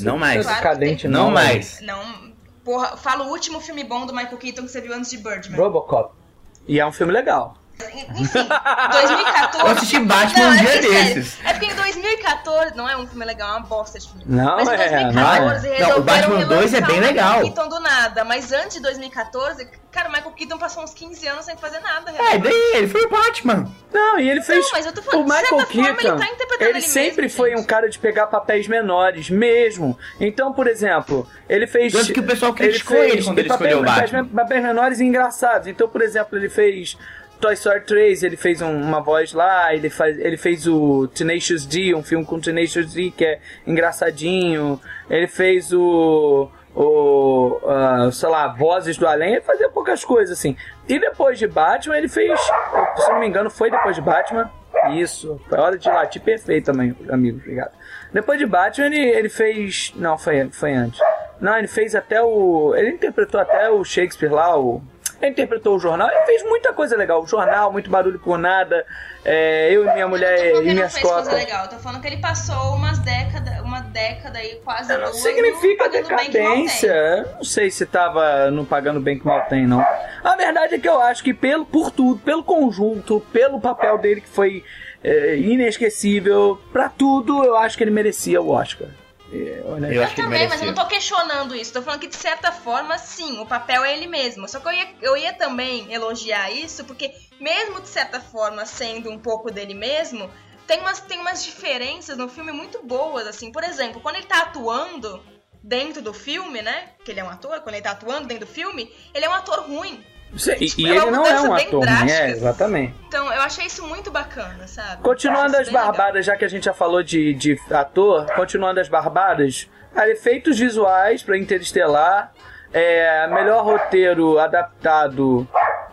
Não mais.
Esse é. Cadente
Não mais.
Não, porra, fala o último filme bom do Michael Keaton que você viu antes de Birdman.
Robocop. E é um filme legal.
Enfim, 2014.
Eu assisti Batman um
é
dia
porque, sério,
desses.
É porque em 2014. Não é um filme legal, é uma bosta de filme.
Não
mas em
é,
2014
não é.
resolveram
Não, o Batman 2 é bem
relançar o
legal.
Michael Keaton do nada. Mas antes de 2014, cara, o Michael Keaton passou uns 15 anos sem fazer nada.
É,
realmente.
daí ele foi o Batman.
Não, e ele fez.
Não, mas eu tô falando,
o
de certa
Michael
forma,
Keaton.
ele tá interpretando
Ele
ele
sempre
mesmo,
foi
gente.
um cara de pegar papéis menores, mesmo. Então, por exemplo, ele fez.
Tanto que o pessoal criticou ele, quando ele
papéis-
escolheu o
papéis-
Batman.
Papéis menores é e engraçados. Então, por exemplo, ele fez. Toy Story 3, ele fez um- uma voz lá, ele, faz, ele fez o Tenacious D, um filme com Tenacious D que é engraçadinho. Ele fez o. o ah, sei lá, Vozes do Além, ele fazia poucas coisas assim. E depois de Batman, ele fez. Se eu não me engano, foi depois de Batman. Isso, foi hora de latir perfeito também, amigo, obrigado. Depois de Batman, ele, ele fez. Não, foi, foi antes. Não, ele fez até o. Ele interpretou até o Shakespeare lá, o. Ele interpretou o jornal, ele fez muita coisa legal. O jornal, muito barulho por nada. é, eu e minha mulher
eu não tô falando que é
e
ele não
minhas
fez coisa
costas.
legal, eu tô falando que ele passou umas décadas, uma década aí, quase
É, Não
duas.
significa
pagando bem que mal tem.
decadência. Eu Não sei se tava não pagando bem que mal tem, não. A verdade é que eu acho que pelo, por tudo, pelo conjunto, pelo papel dele que foi é, inesquecível, pra tudo, eu acho que ele merecia o Oscar. É, olha,
Eu
Eu
acho que ele
também, mas
merecia.
eu não tô questionando isso. Tô falando que, de certa forma, sim, o papel é ele mesmo. Só que eu ia, eu ia também elogiar isso, porque, mesmo de certa forma sendo um pouco dele mesmo, tem umas, tem umas diferenças no filme muito boas, assim. Por exemplo, quando ele tá atuando dentro do filme, né? Que ele é um ator, quando ele tá atuando dentro do filme, ele é um ator ruim.
E, e
é uma
ele não é
mudança
um
bem
ator,
drástica.
né? Exatamente.
Então, eu achei isso muito bacana, sabe?
Continuando
Acho
as
isso bem legal.
barbadas, já que a gente já falou de, de ator, continuando as barbadas, ah, efeitos visuais pra Interestelar, é, melhor roteiro adaptado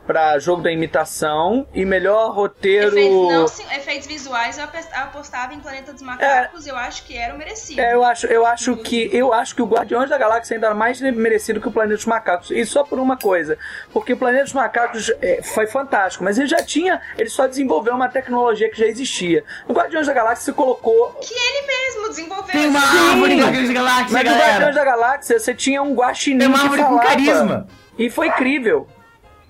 pra jogo da imitação e melhor roteiro.
Efeitos, não, sim- efeitos visuais eu apes- apostava em Planeta dos Macacos, eu acho que era o merecido.
É, eu acho, eu acho que eu acho que o Guardiões da Galáxia ainda era mais merecido que o Planeta dos Macacos. E só por uma coisa, porque o Planeta dos Macacos é, foi fantástico, mas ele já tinha, ele só desenvolveu uma tecnologia que já existia. O Guardiões da Galáxia se colocou
Que ele mesmo desenvolveu.
Tem uma
Sim.
árvore em Guardiões da Galáxia,
Mas no Guardiões
galera.
da Galáxia você tinha um guaxinim
Tem uma
que
árvore com
falava.
carisma.
E foi incrível.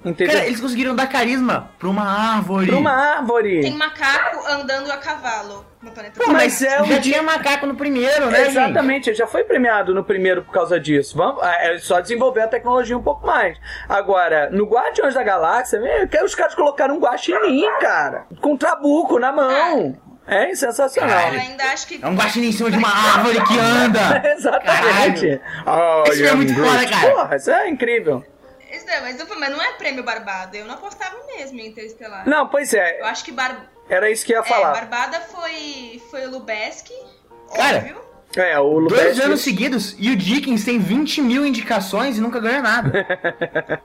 Entendeu?
Cara, eles conseguiram dar carisma pra uma árvore.
Pra uma árvore.
Tem macaco andando a cavalo no Planeta
Pô,
dos
mas
Macacos.
é um
Já tinha macaco no primeiro, né, gente?
Exatamente, ele já foi premiado no primeiro por causa disso. Vamos, é é só desenvolver a tecnologia um pouco mais. Agora, no Guardiões da Galáxia, meu, que os caras colocaram um guaxinim, cara. Com trabuco na mão. É sensacional.
Eu ainda acho que
É um guaxinim em cima de uma árvore que anda.
Exatamente. Oh,
Isso é muito foda, cara.
Porra, isso é incrível.
Isso é, mas, eu- mas não é prêmio Barbada. Eu não apostava mesmo em Interestelar.
Não, pois
Eu
é,
acho que bar...
era isso que eu ia
é,
falar.
Barbada foi, foi o Lubeski.
Cara,
óbvio.
É, o
Dois
Lubezki-
anos seguidos e o Dickens tem 20 mil indicações e nunca ganha nada.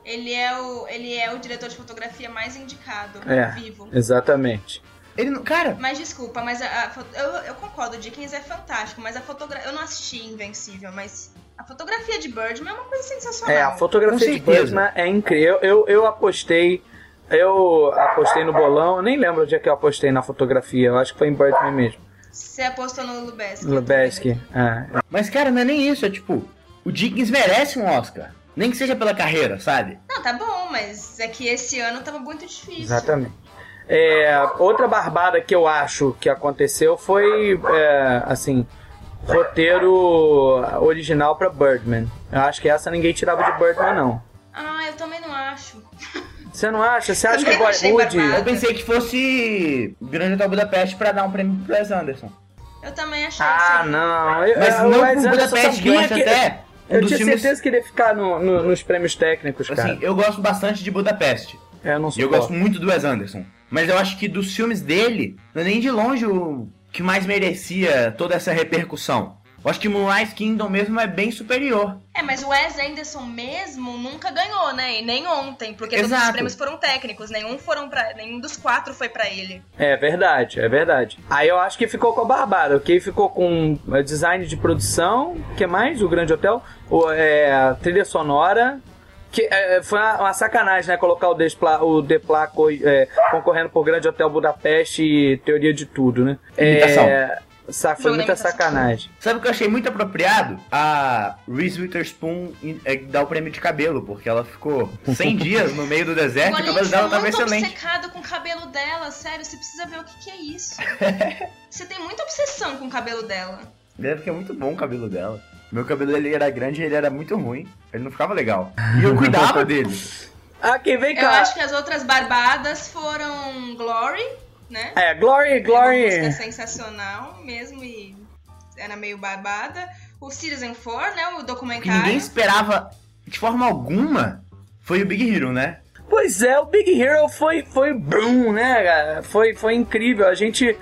Ele é, o, ele é o diretor de fotografia mais indicado
É,
vivo.
exatamente.
Ele não. Cara,
Mas desculpa, mas a- a fo- eu, eu concordo, o Dickens é fantástico, mas a fotografia. Eu não assisti Invencível, mas a fotografia de Birdman é uma coisa sensacional.
É, a fotografia
Tá Com
de
certeza.
Birdman é incrível. Eu, eu apostei. Eu apostei no bolão, eu nem lembro onde é que eu apostei na fotografia, eu acho que foi em Birdman mesmo.
Você apostou no Lubeski.
Lubeski. É.
mas cara, não é nem isso, é tipo, o Dickens merece um Oscar. Nem que seja pela carreira, sabe?
Não, tá bom, mas é que esse ano tava muito difícil.
Exatamente. É, outra barbada que eu acho que aconteceu foi, é, assim, roteiro original pra Birdman. Eu acho que essa ninguém tirava de Birdman, não.
Ah, eu também não acho.
Você não acha? Você acha que
Também não achei
Bollywood...
barbada.
Eu pensei que fosse Grande Hotel Budapeste pra dar um prêmio pro Wes Anderson.
Eu também achei
Ah,
assim.
não. Eu-
Mas
eu-
não pro
Ah, Wes Anderson
Budapeste, que eu
sabia
acho
que-
até um
Eu
dos
tinha
filmes...
certeza que ele ia ficar no- no- nos prêmios técnicos, cara. É,
Assim, eu gosto bastante de Budapeste.
eu não
E eu
suporto.
gosto muito do Wes Anderson. Mas eu acho que dos filmes dele, não é nem de longe o que mais merecia toda essa repercussão. Eu acho que Moonrise Kingdom mesmo é bem superior.
É, mas o Wes Anderson mesmo nunca ganhou, né? E nem ontem, porque todos
Exato.
os prêmios foram técnicos, nenhum foram para, nenhum dos quatro foi pra ele.
É verdade, é verdade. Aí eu acho que ficou com a barbada, ok? Ficou com eh, design de produção, o que é mais? O Grande Hotel, o, eh, trilha sonora. Que eh, foi uma, uma sacanagem, né? Colocar o Despla, o Depla co- eh, concorrendo por Grande Hotel Budapeste e teoria de tudo, né?
Imitação.
É, sa- foi
Jogo da
muita
imitação.
sacanagem.
Sabe o que eu achei muito apropriado? A Reese Witherspoon eh, dar o prêmio de cabelo, porque ela ficou 100 dias no meio do deserto e É, o
Olha, um
cabelo
gente, eu
dela
tô
tava
muito
excelente.
obcecado com o cabelo dela, sério, você precisa ver o que, que é isso. você tem muita obsessão com o cabelo dela.
É porque é muito bom o cabelo dela. Meu cabelo ele era grande e ele era muito ruim. Ele não ficava legal. E eu cuidava dele.
Ah, quem vem
Eu
cá.
acho que as outras barbadas foram Glory, né?
É, Glory,
É uma música
Glory.
sensacional mesmo e era meio barbada. O Citizen 4, né? O
O que
documentário.
ninguém esperava de forma alguma foi o Big Hero, né?
Pois é, o Big Hero foi, foi brum, né, cara? Foi, foi incrível. A gente.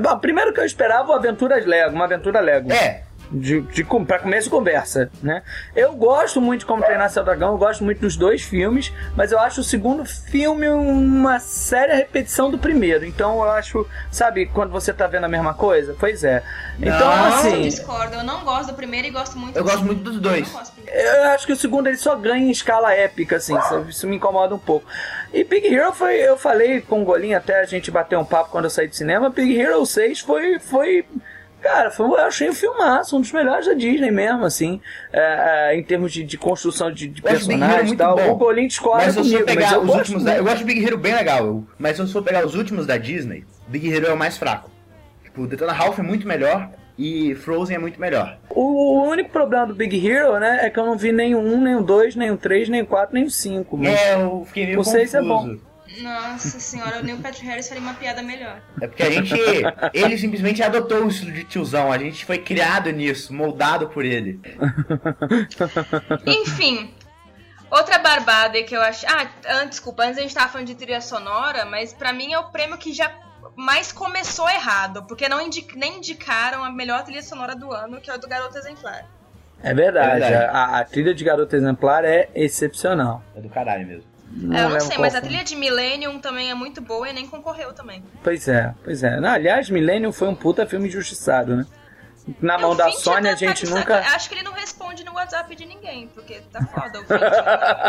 Bom, primeiro que eu esperava o Aventuras Lego, uma aventura Lego.
É,
De, de, com- pra começo de conversa, né? Eu gosto muito de Como Treinar Seu Dragão, eu gosto muito dos dois filmes, mas eu acho o segundo filme uma séria repetição do primeiro. Então eu acho, sabe, quando você tá vendo a mesma coisa? Pois é. Então,
Não.
Eu
assim.
discordo, eu não gosto do primeiro e gosto muito
Eu
do
gosto
segundo.
muito dos dois.
Eu não gosto do primeiro.
Eu acho que o segundo ele só ganha em escala épica, assim, isso, isso me incomoda um pouco. E Big Hero foi, eu falei com o Golinho até a gente bater um papo quando eu saí do cinema, Big Hero 6 foi, foi cara, foi, eu achei um filmaço, um dos melhores da Disney mesmo, assim, é, é, em termos de, de construção de, de
Eu acho Big Hero é
personagens e
muito
tal.
bom.
O Golinho discorda
mas se eu
comigo,
for
mas
pegar
eu
os
gosto
últimos.
muito.
Da, eu acho Big Hero bem legal, eu- mas se eu for pegar os últimos da Disney, Big Hero é o mais fraco. Tipo, Detona Ralph é muito melhor e Frozen é muito melhor.
O único problema do Big Hero, né, é que eu não vi nem o 1, nem o 2, nem o 3, nem o 4, nem o 5. Mas...
É, eu fiquei meio
O seis é bom.
confuso.
Nossa senhora, o Neil Patrick Harris faria uma piada melhor.
É porque a gente. ele simplesmente adotou o estilo de tiozão. A gente foi criado nisso, moldado por ele.
Enfim, outra barbada que eu acho. Ah, antes, desculpa, antes a gente tava falando de trilha sonora, mas pra mim é o prêmio que já mais começou errado, porque não indi- nem indicaram a melhor trilha sonora do ano, que é a do Garota Exemplar.
É verdade,
É verdade.
A, a trilha de Garota Exemplar é excepcional.
É do caralho mesmo.
É, eu não
lembro
sei,
qual
mas a
foi.
trilha de Millennium também é muito boa e nem concorreu também.
Pois é, pois é. Não, aliás, Millennium foi um puta filme injustiçado, né? Na mão
o
da
Finch
Sony,
tá-
a gente
tá de
nunca.
saca- Acho que ele não responde no WhatsApp de ninguém, porque tá foda o Finch.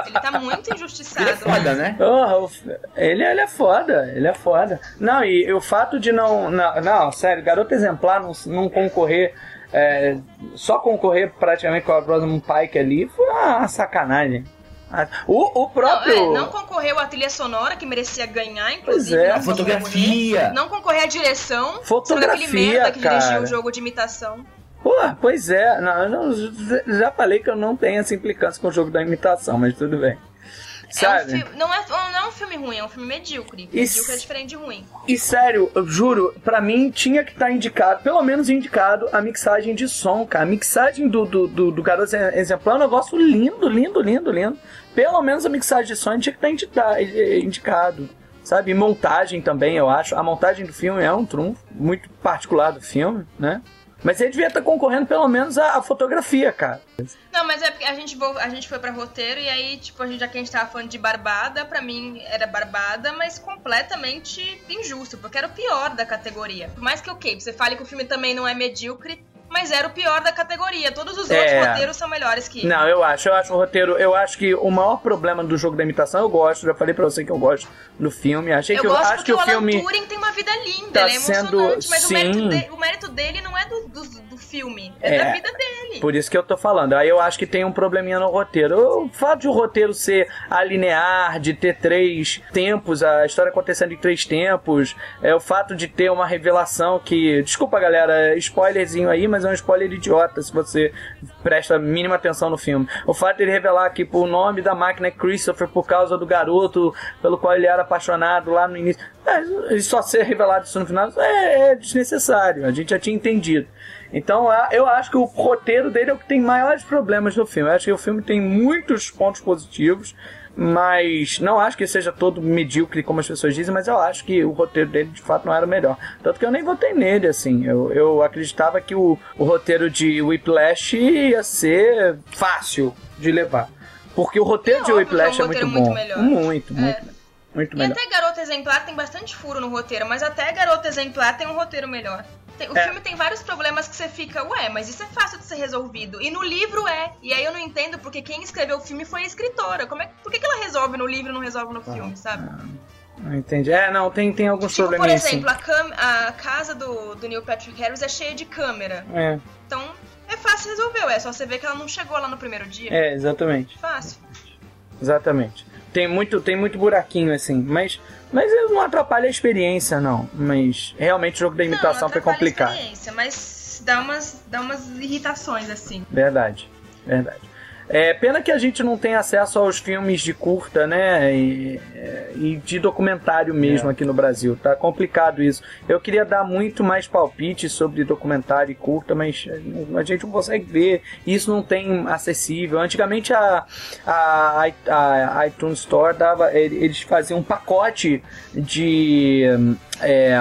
ele tá muito
Ele é
injustiçado.
foda, né?
Porra, o f- ele, ele é foda, ele é foda. Não, e, e o fato de não. Não, não, sério, garoto exemplar não, não concorrer. é, só concorrer praticamente com a Rosamund Pike ali foi uma sacanagem. Ah, O, o
Não,
próprio.
é, não concorreu à trilha sonora, que merecia ganhar, inclusive.
Pois é,
não
A fotografia.
Não concorrer à direção. sendo
Fotografia,
aquele merda que dirigiu
cara.
o jogo de imitação.
Pô, pois é, não, eu não- já falei que eu não tenho essa implicância com o jogo da imitação, mas tudo bem.
É um
Sabe?
fi- não, é, não é um filme ruim, é um filme medíocre.
Isso.
Medíocre é diferente de ruim.
E sério, eu juro, pra mim tinha que estar indicado, pelo menos indicado, a mixagem de som, cara. A mixagem do, do, do, do Garoto Exemplar é um negócio lindo, lindo, lindo, lindo. Pelo menos a mixagem de som tinha que estar indita- eh, indicado. Sabe? E montagem também, eu acho. A montagem do filme é um trunfo muito particular do filme, né? Mas ele devia estar concorrendo pelo menos à, à fotografia, cara.
Não, mas é porque a gente, vo- a gente foi pra roteiro e aí, tipo, a gente, já que a gente tava falando de Barbada, pra mim era Barbada, mas completamente injusto, porque era o pior da categoria. Por mais que, ok, você fale que o filme também não é medíocre, mas era o pior da categoria. Todos os
É.
outros roteiros são melhores que.
Não, eu acho, eu acho o roteiro, eu acho que o maior problema do jogo da imitação, eu gosto, já falei pra você que eu gosto do filme, achei
Eu
que eu
gosto
acho
porque
que o
Alan
filme
Turing tem uma vida linda,
tá
ele é emocionante,
sendo-
mas o mérito,
sim.
de- o mérito dele não é do, do- do filme, é,
É.
da vida dele.
Por isso que eu tô falando. Aí eu acho que tem um probleminha no roteiro. O fato de o roteiro ser alinear, de ter três tempos, a história acontecendo em três tempos, é o fato de ter uma revelação que. Desculpa, galera, spoilerzinho aí, mas é um spoiler idiota se você presta a mínima atenção no filme. O fato de ele revelar que pô, o nome da máquina é Christopher por causa do garoto pelo qual ele era apaixonado lá no início. Mas e só ser revelado isso no final é, é desnecessário. A gente já tinha entendido. Então a- eu acho que o roteiro dele é o que tem maiores problemas no filme. Eu acho que o filme tem muitos pontos positivos, mas não acho que seja todo medíocre, como as pessoas dizem, mas eu acho que o roteiro dele de fato não era o melhor. Tanto que eu nem votei nele, assim. Eu, eu acreditava que o, o roteiro de Whiplash ia ser fácil de levar. Porque o roteiro
Não,
de
óbvio que é um
Whiplash é muito
roteiro
bom.
muito melhor.
Muito,
É.
muito, muito
E
melhor.
até Garota Exemplar tem bastante furo no roteiro, mas até Garota Exemplar tem um roteiro melhor. Tem- o
É.
filme tem vários problemas que você fica, ué, mas isso é fácil de ser resolvido. E no livro é. E aí eu não entendo porque quem escreveu o filme foi a escritora. Como é, por que, que ela resolve no livro e não resolve
Ah,
no filme,
é
sabe?
um Não Entendi. É, não, tem, tem alguns
Tipo, por
probleminhas.
exemplo, a, cam- a casa do, do Neil Patrick Harris é cheia de câmera.
sim. É,
Então é fácil resolver, é só você ver que ela não chegou lá no primeiro dia.
é, exatamente.
Fácil.
Exatamente. Tem muito, tem muito buraquinho, assim. Mas, mas não atrapalha a experiência, não. Mas realmente o jogo da imitação
não, atrapalha
foi
a
complicado.
experiência, Mas dá umas, dá umas irritações, assim.
Verdade, verdade. É, pena que a gente não tem acesso aos filmes de curta, né? E, é, e de documentário mesmo aqui no Brasil. Tá complicado isso. Eu queria dar muito mais palpite sobre documentário e curta, mas a gente não consegue ver. Isso não tem acessível. Antigamente a, a, i- a iTunes Store dava. ele- Eles faziam um pacote de. é,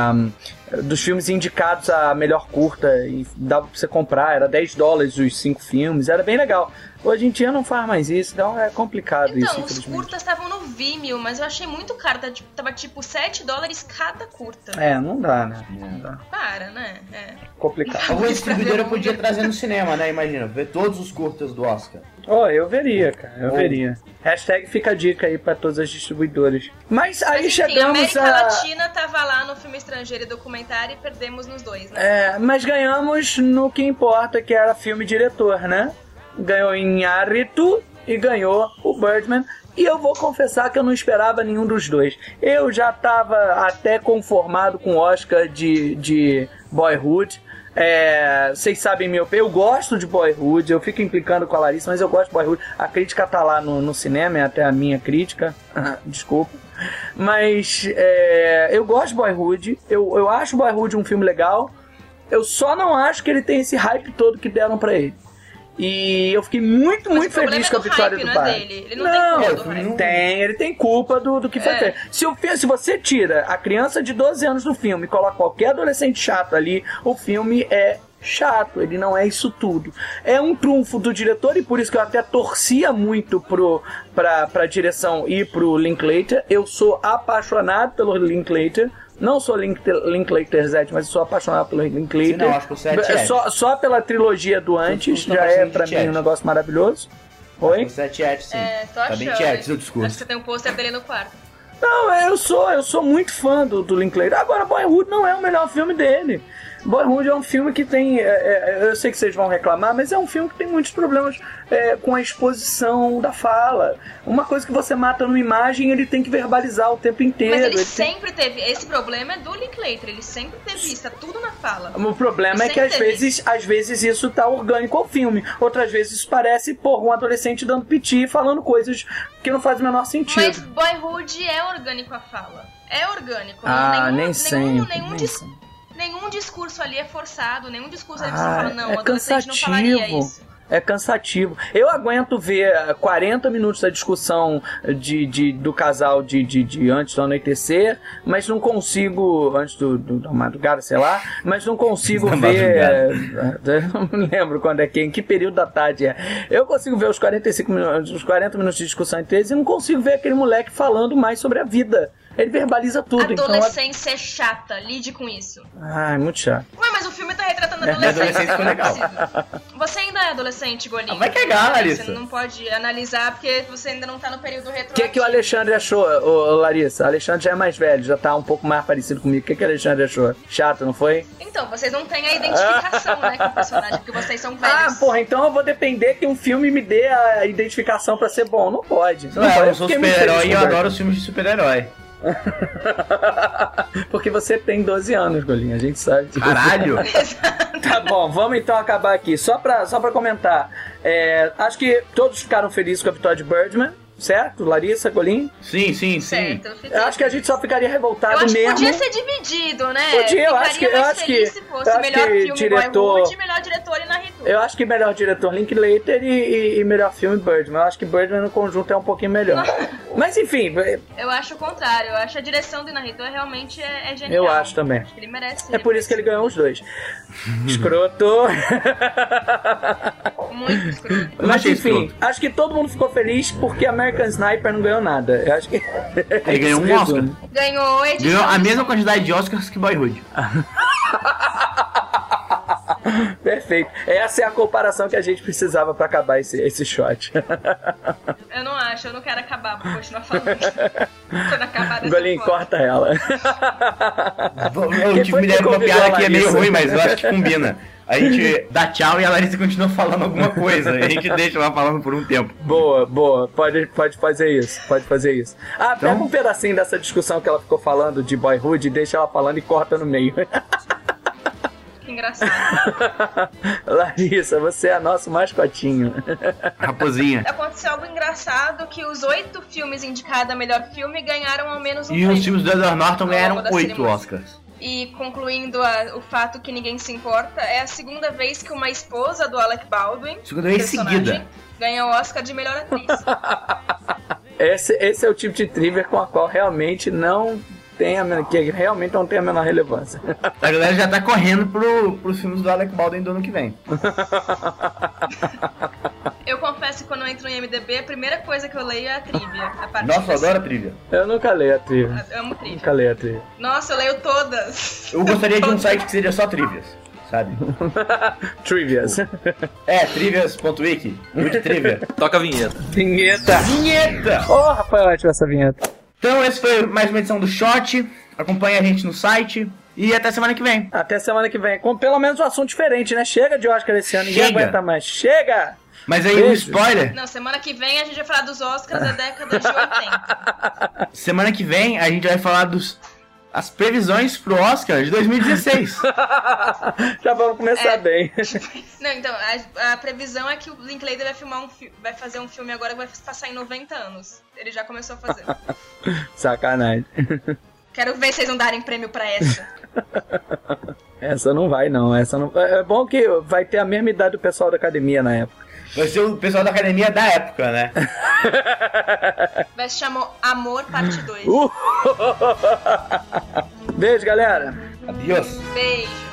dos filmes indicados a melhor curta e dava pra você comprar, era 10 dólares os cinco filmes, era bem legal. Hoje em dia não faz mais isso, então é complicado isso,
Então, os
infelizmente.
curtas estavam no Vimeo, mas eu achei muito caro. tá- Tava tipo 7 dólares cada curta.
É, não dá, né? Não dá.
Para, né? É.
Complicado.
Alguma
Isso pra
distribuidora
ver um-
podia trazer no cinema, né? Imagina, ver todos os curtas do Oscar.
Oh, eu veria, cara, eu
Bom.
veria. Hashtag fica a dica aí pra todas as distribuidoras. Mas aí
mas, enfim,
chegamos
América
a.
Latina tava lá no filme estrangeiro e documentário e perdemos nos dois, né?
É, mas ganhamos no que importa, que era filme diretor, né? Ganhou em Aritu e ganhou o Birdman. E eu vou confessar que eu não esperava nenhum dos dois. Eu já tava até conformado com o Oscar de, de Boyhood. É, vocês sabem meu eu gosto de Boyhood, eu fico implicando com a Larissa, mas eu gosto de Boyhood. A crítica tá lá no, no cinema, é até a minha crítica. Desculpa. Mas é, eu gosto de Boyhood, eu, eu acho Boyhood um filme legal. Eu só não acho que ele tem esse hype todo que deram pra ele. E eu fiquei muito,
Mas
muito
o problema
feliz
é
com a
do
vitória
hype,
do
não
é,
é
pai.
dele. Ele não tem culpa do hype.
tem, ele tem culpa do, do que foi
É.
feito. Se, o fi- se você tira a criança de 12 anos do filme e coloca qualquer adolescente chato ali, o filme é chato, ele não é isso tudo. É um trunfo do diretor e por isso que eu até torcia muito pro, pra, pra direção e pro Linklater. Eu sou apaixonado pelo Linklater. Não sou Link, Linklater Zed, mas sou apaixonado pelo Linklater.
Sim, não, acho que o Zed é.
Só, só pela trilogia do antes,
Tudo tá
já é
parecendo
pra
de
mim um
Zed.
negócio maravilhoso. Oi?
O Sete Ed, sim.
É, tô
tá
achando.
bem Ed, seu
Acho que
discurso.
você tem um pôster dele no quarto.
Não, eu sou, eu sou muito fã do, do Linklater. Agora, Boyhood não é o melhor filme dele. Boyhood é um filme que tem. é, é, eu sei que vocês vão reclamar, mas é um filme que tem muitos problemas é, com a exposição da fala. Uma coisa que você mata numa imagem, ele tem que verbalizar o tempo inteiro.
Mas ele
ele tem-
sempre teve. Esse problema é do Linklater. Ele sempre teve isso. Tá tudo na fala.
O problema é
Sempre
que às
teve.
vezes, às vezes isso tá orgânico ao filme. Outras vezes parece, porra, um adolescente dando piti e falando coisas que não faz o menor sentido.
Mas Boyhood é orgânico a fala. É orgânico.
ah,
nenhum,
nem
nenhum,
sempre.
Nenhum,
nem
dis-
sempre.
nenhum discurso ali é forçado. Nenhum discurso ali você
Ah,
fala, não,
é
o adolescente não falaria
cansativo.
isso.
É cansativo. Eu aguento ver ah, 40 minutos da discussão de, de- do casal de, de, de antes do anoitecer, mas não consigo. Antes do, do- da madrugada, sei lá, mas não consigo
Da
ver. eh, eu não me lembro quando é que, em que período da tarde é. Eu consigo ver os 45 minutos, os 40 minutos de discussão entre eles e não consigo ver aquele moleque falando mais sobre a vida. Ele verbaliza tudo, então. é-
Adolescência é chata, lide com isso.
Ah, é muito chato.
Ué, mas o filme tá retratando
É,
adolescente.
adolescente ficou
não
legal.
precisa. Você ainda é adolescente, Golinho.
Ah, vai cagar, Larissa.
Você não pode analisar porque você ainda não tá no período
O
retroativo.
que, que o Alexandre achou, ô, ô, Larissa? O Alexandre já é mais velho, já tá um pouco mais parecido comigo. O que, que o Alexandre achou? Chato, não foi?
Então, vocês não têm a identificação, né, com o personagem, porque vocês são velhos.
Ah, porra, então eu vou depender que um filme me dê a identificação pra ser bom. Não pode. Não,
Não, é,
pode.
eu sou
fiquei muito
super-herói
feliz
e eu
com
adoro os filmes de super-herói.
isso. Porque você tem 12 anos, Golinha, a gente sabe. disso.
Caralho!
Tá bom, vamos então acabar aqui. Só pra, só pra comentar, é, acho que todos ficaram felizes com a vitória de Birdman, certo? Larissa, Golinha?
Sim, sim, sim.
Certo, eu fiquei-
Eu acho que a gente só ficaria
Eu
revoltado
acho que
mesmo.
podia ser dividido, né?
Podia, eu
Ficaria
acho que- eu
mais
acho
feliz
que-
se fosse
eu acho
melhor
que
filme
diretor-
Boyhood, melhor diretor e Naruto.
Eu acho que melhor diretor Linklater e, e, e melhor filme Birdman. Eu acho que Birdman no conjunto é um pouquinho melhor. Mas enfim, é,
Eu acho o contrário. Eu acho a direção do Naruto realmente é, é genial.
eu acho também.
que Ele merece.
É por isso que ele ganhou os dois. Escroto.
Muito escroto.
Eu não
Mas
achei
enfim,
escroto.
acho que todo mundo ficou feliz porque American Sniper não ganhou nada. Eu acho que.
Ele ganhou um
Isso
Oscar.
resume.
Ganhou edição.
Ganhou a mesma quantidade de Oscars que Boyhood.
Perfeito. Essa é a comparação que a gente precisava pra acabar esse, esse shot.
Eu não acho, eu não quero acabar, vou continuar falando. Quando acabar dessa
Golinho,
forma.
corta ela.
Eu
Ah, Quem
tive
foi
me
que
deram uma
convidou a
piada que é meio
Larissa?
ruim, mas eu acho que combina. A gente dá tchau e a Larissa continua falando alguma coisa. A gente deixa ela falando por um tempo.
Boa, boa. Pode, pode fazer isso. Pode fazer isso. Ah, pega um pedacinho dessa discussão que ela ficou falando de boyhood, deixa ela falando e corta no meio.
Que engraçado.
Larissa, você é nosso mascotinho.
Raposinha.
Aconteceu algo engraçado que os oito filmes indicados a melhor filme ganharam ao menos um
E os
prêmio.
filmes do Edward Norton
Ao longo
ganharam
da
oito
cerimônia.
Oscars.
E concluindo a- o fato que ninguém se importa, é a segunda vez que uma esposa do Alec Baldwin,
Segunda vez
personagem,
seguida.
ganha o Oscar de melhor atriz.
Esse, esse é o tipo de trivia com a qual realmente não tem a menor, que realmente não tem a menor relevância.
A galera já tá correndo pro, pros filmes do Alec Baldwin do ano que vem.
eu confesso que quando eu entro no IMDB, a primeira coisa que eu leio é a trivia. A partir
Nossa, eu
dessa-
adoro a trilha.
Eu nunca leio a trivia.
Eu amo trivia.
Nunca leio a trivia.
Nossa, eu leio todas.
Eu gostaria de um site que seria só trivias, sabe?
Trivias.
É, trivias.wiki, muito trivia.
Toca a vinheta.
vinheta.
Vinheta!
Ô, oh, Rafael, ativa essa vinheta.
Então, esse foi mais uma edição do Shot. Acompanhe a gente no site e até semana que vem.
Até semana que vem. Com pelo menos um assunto diferente, né? Chega de Oscar esse ano. Ninguém
Chega.
aguenta mais. Chega!
Mas aí, um
Beijo.
spoiler:
Não, semana que vem a gente vai falar dos Oscars da década de 80.
semana que vem a gente vai falar dos. As previsões pro Oscar de 2016.
Já vamos começar
É.
bem.
Não, então, a, a previsão é que o Linklater vai filmar um fi- vai fazer um filme agora que vai passar em 90 anos. Ele já começou a fazer.
Sacanagem.
Quero ver vocês não darem prêmio pra essa.
Essa não vai, não. Essa não. É é bom que vai ter a mesma idade do pessoal da academia na época.
Vai ser o pessoal da academia da época, né?
Vai se chamar Amor Parte 2.
Uh! Beijo, galera.
Adiós.
Beijo.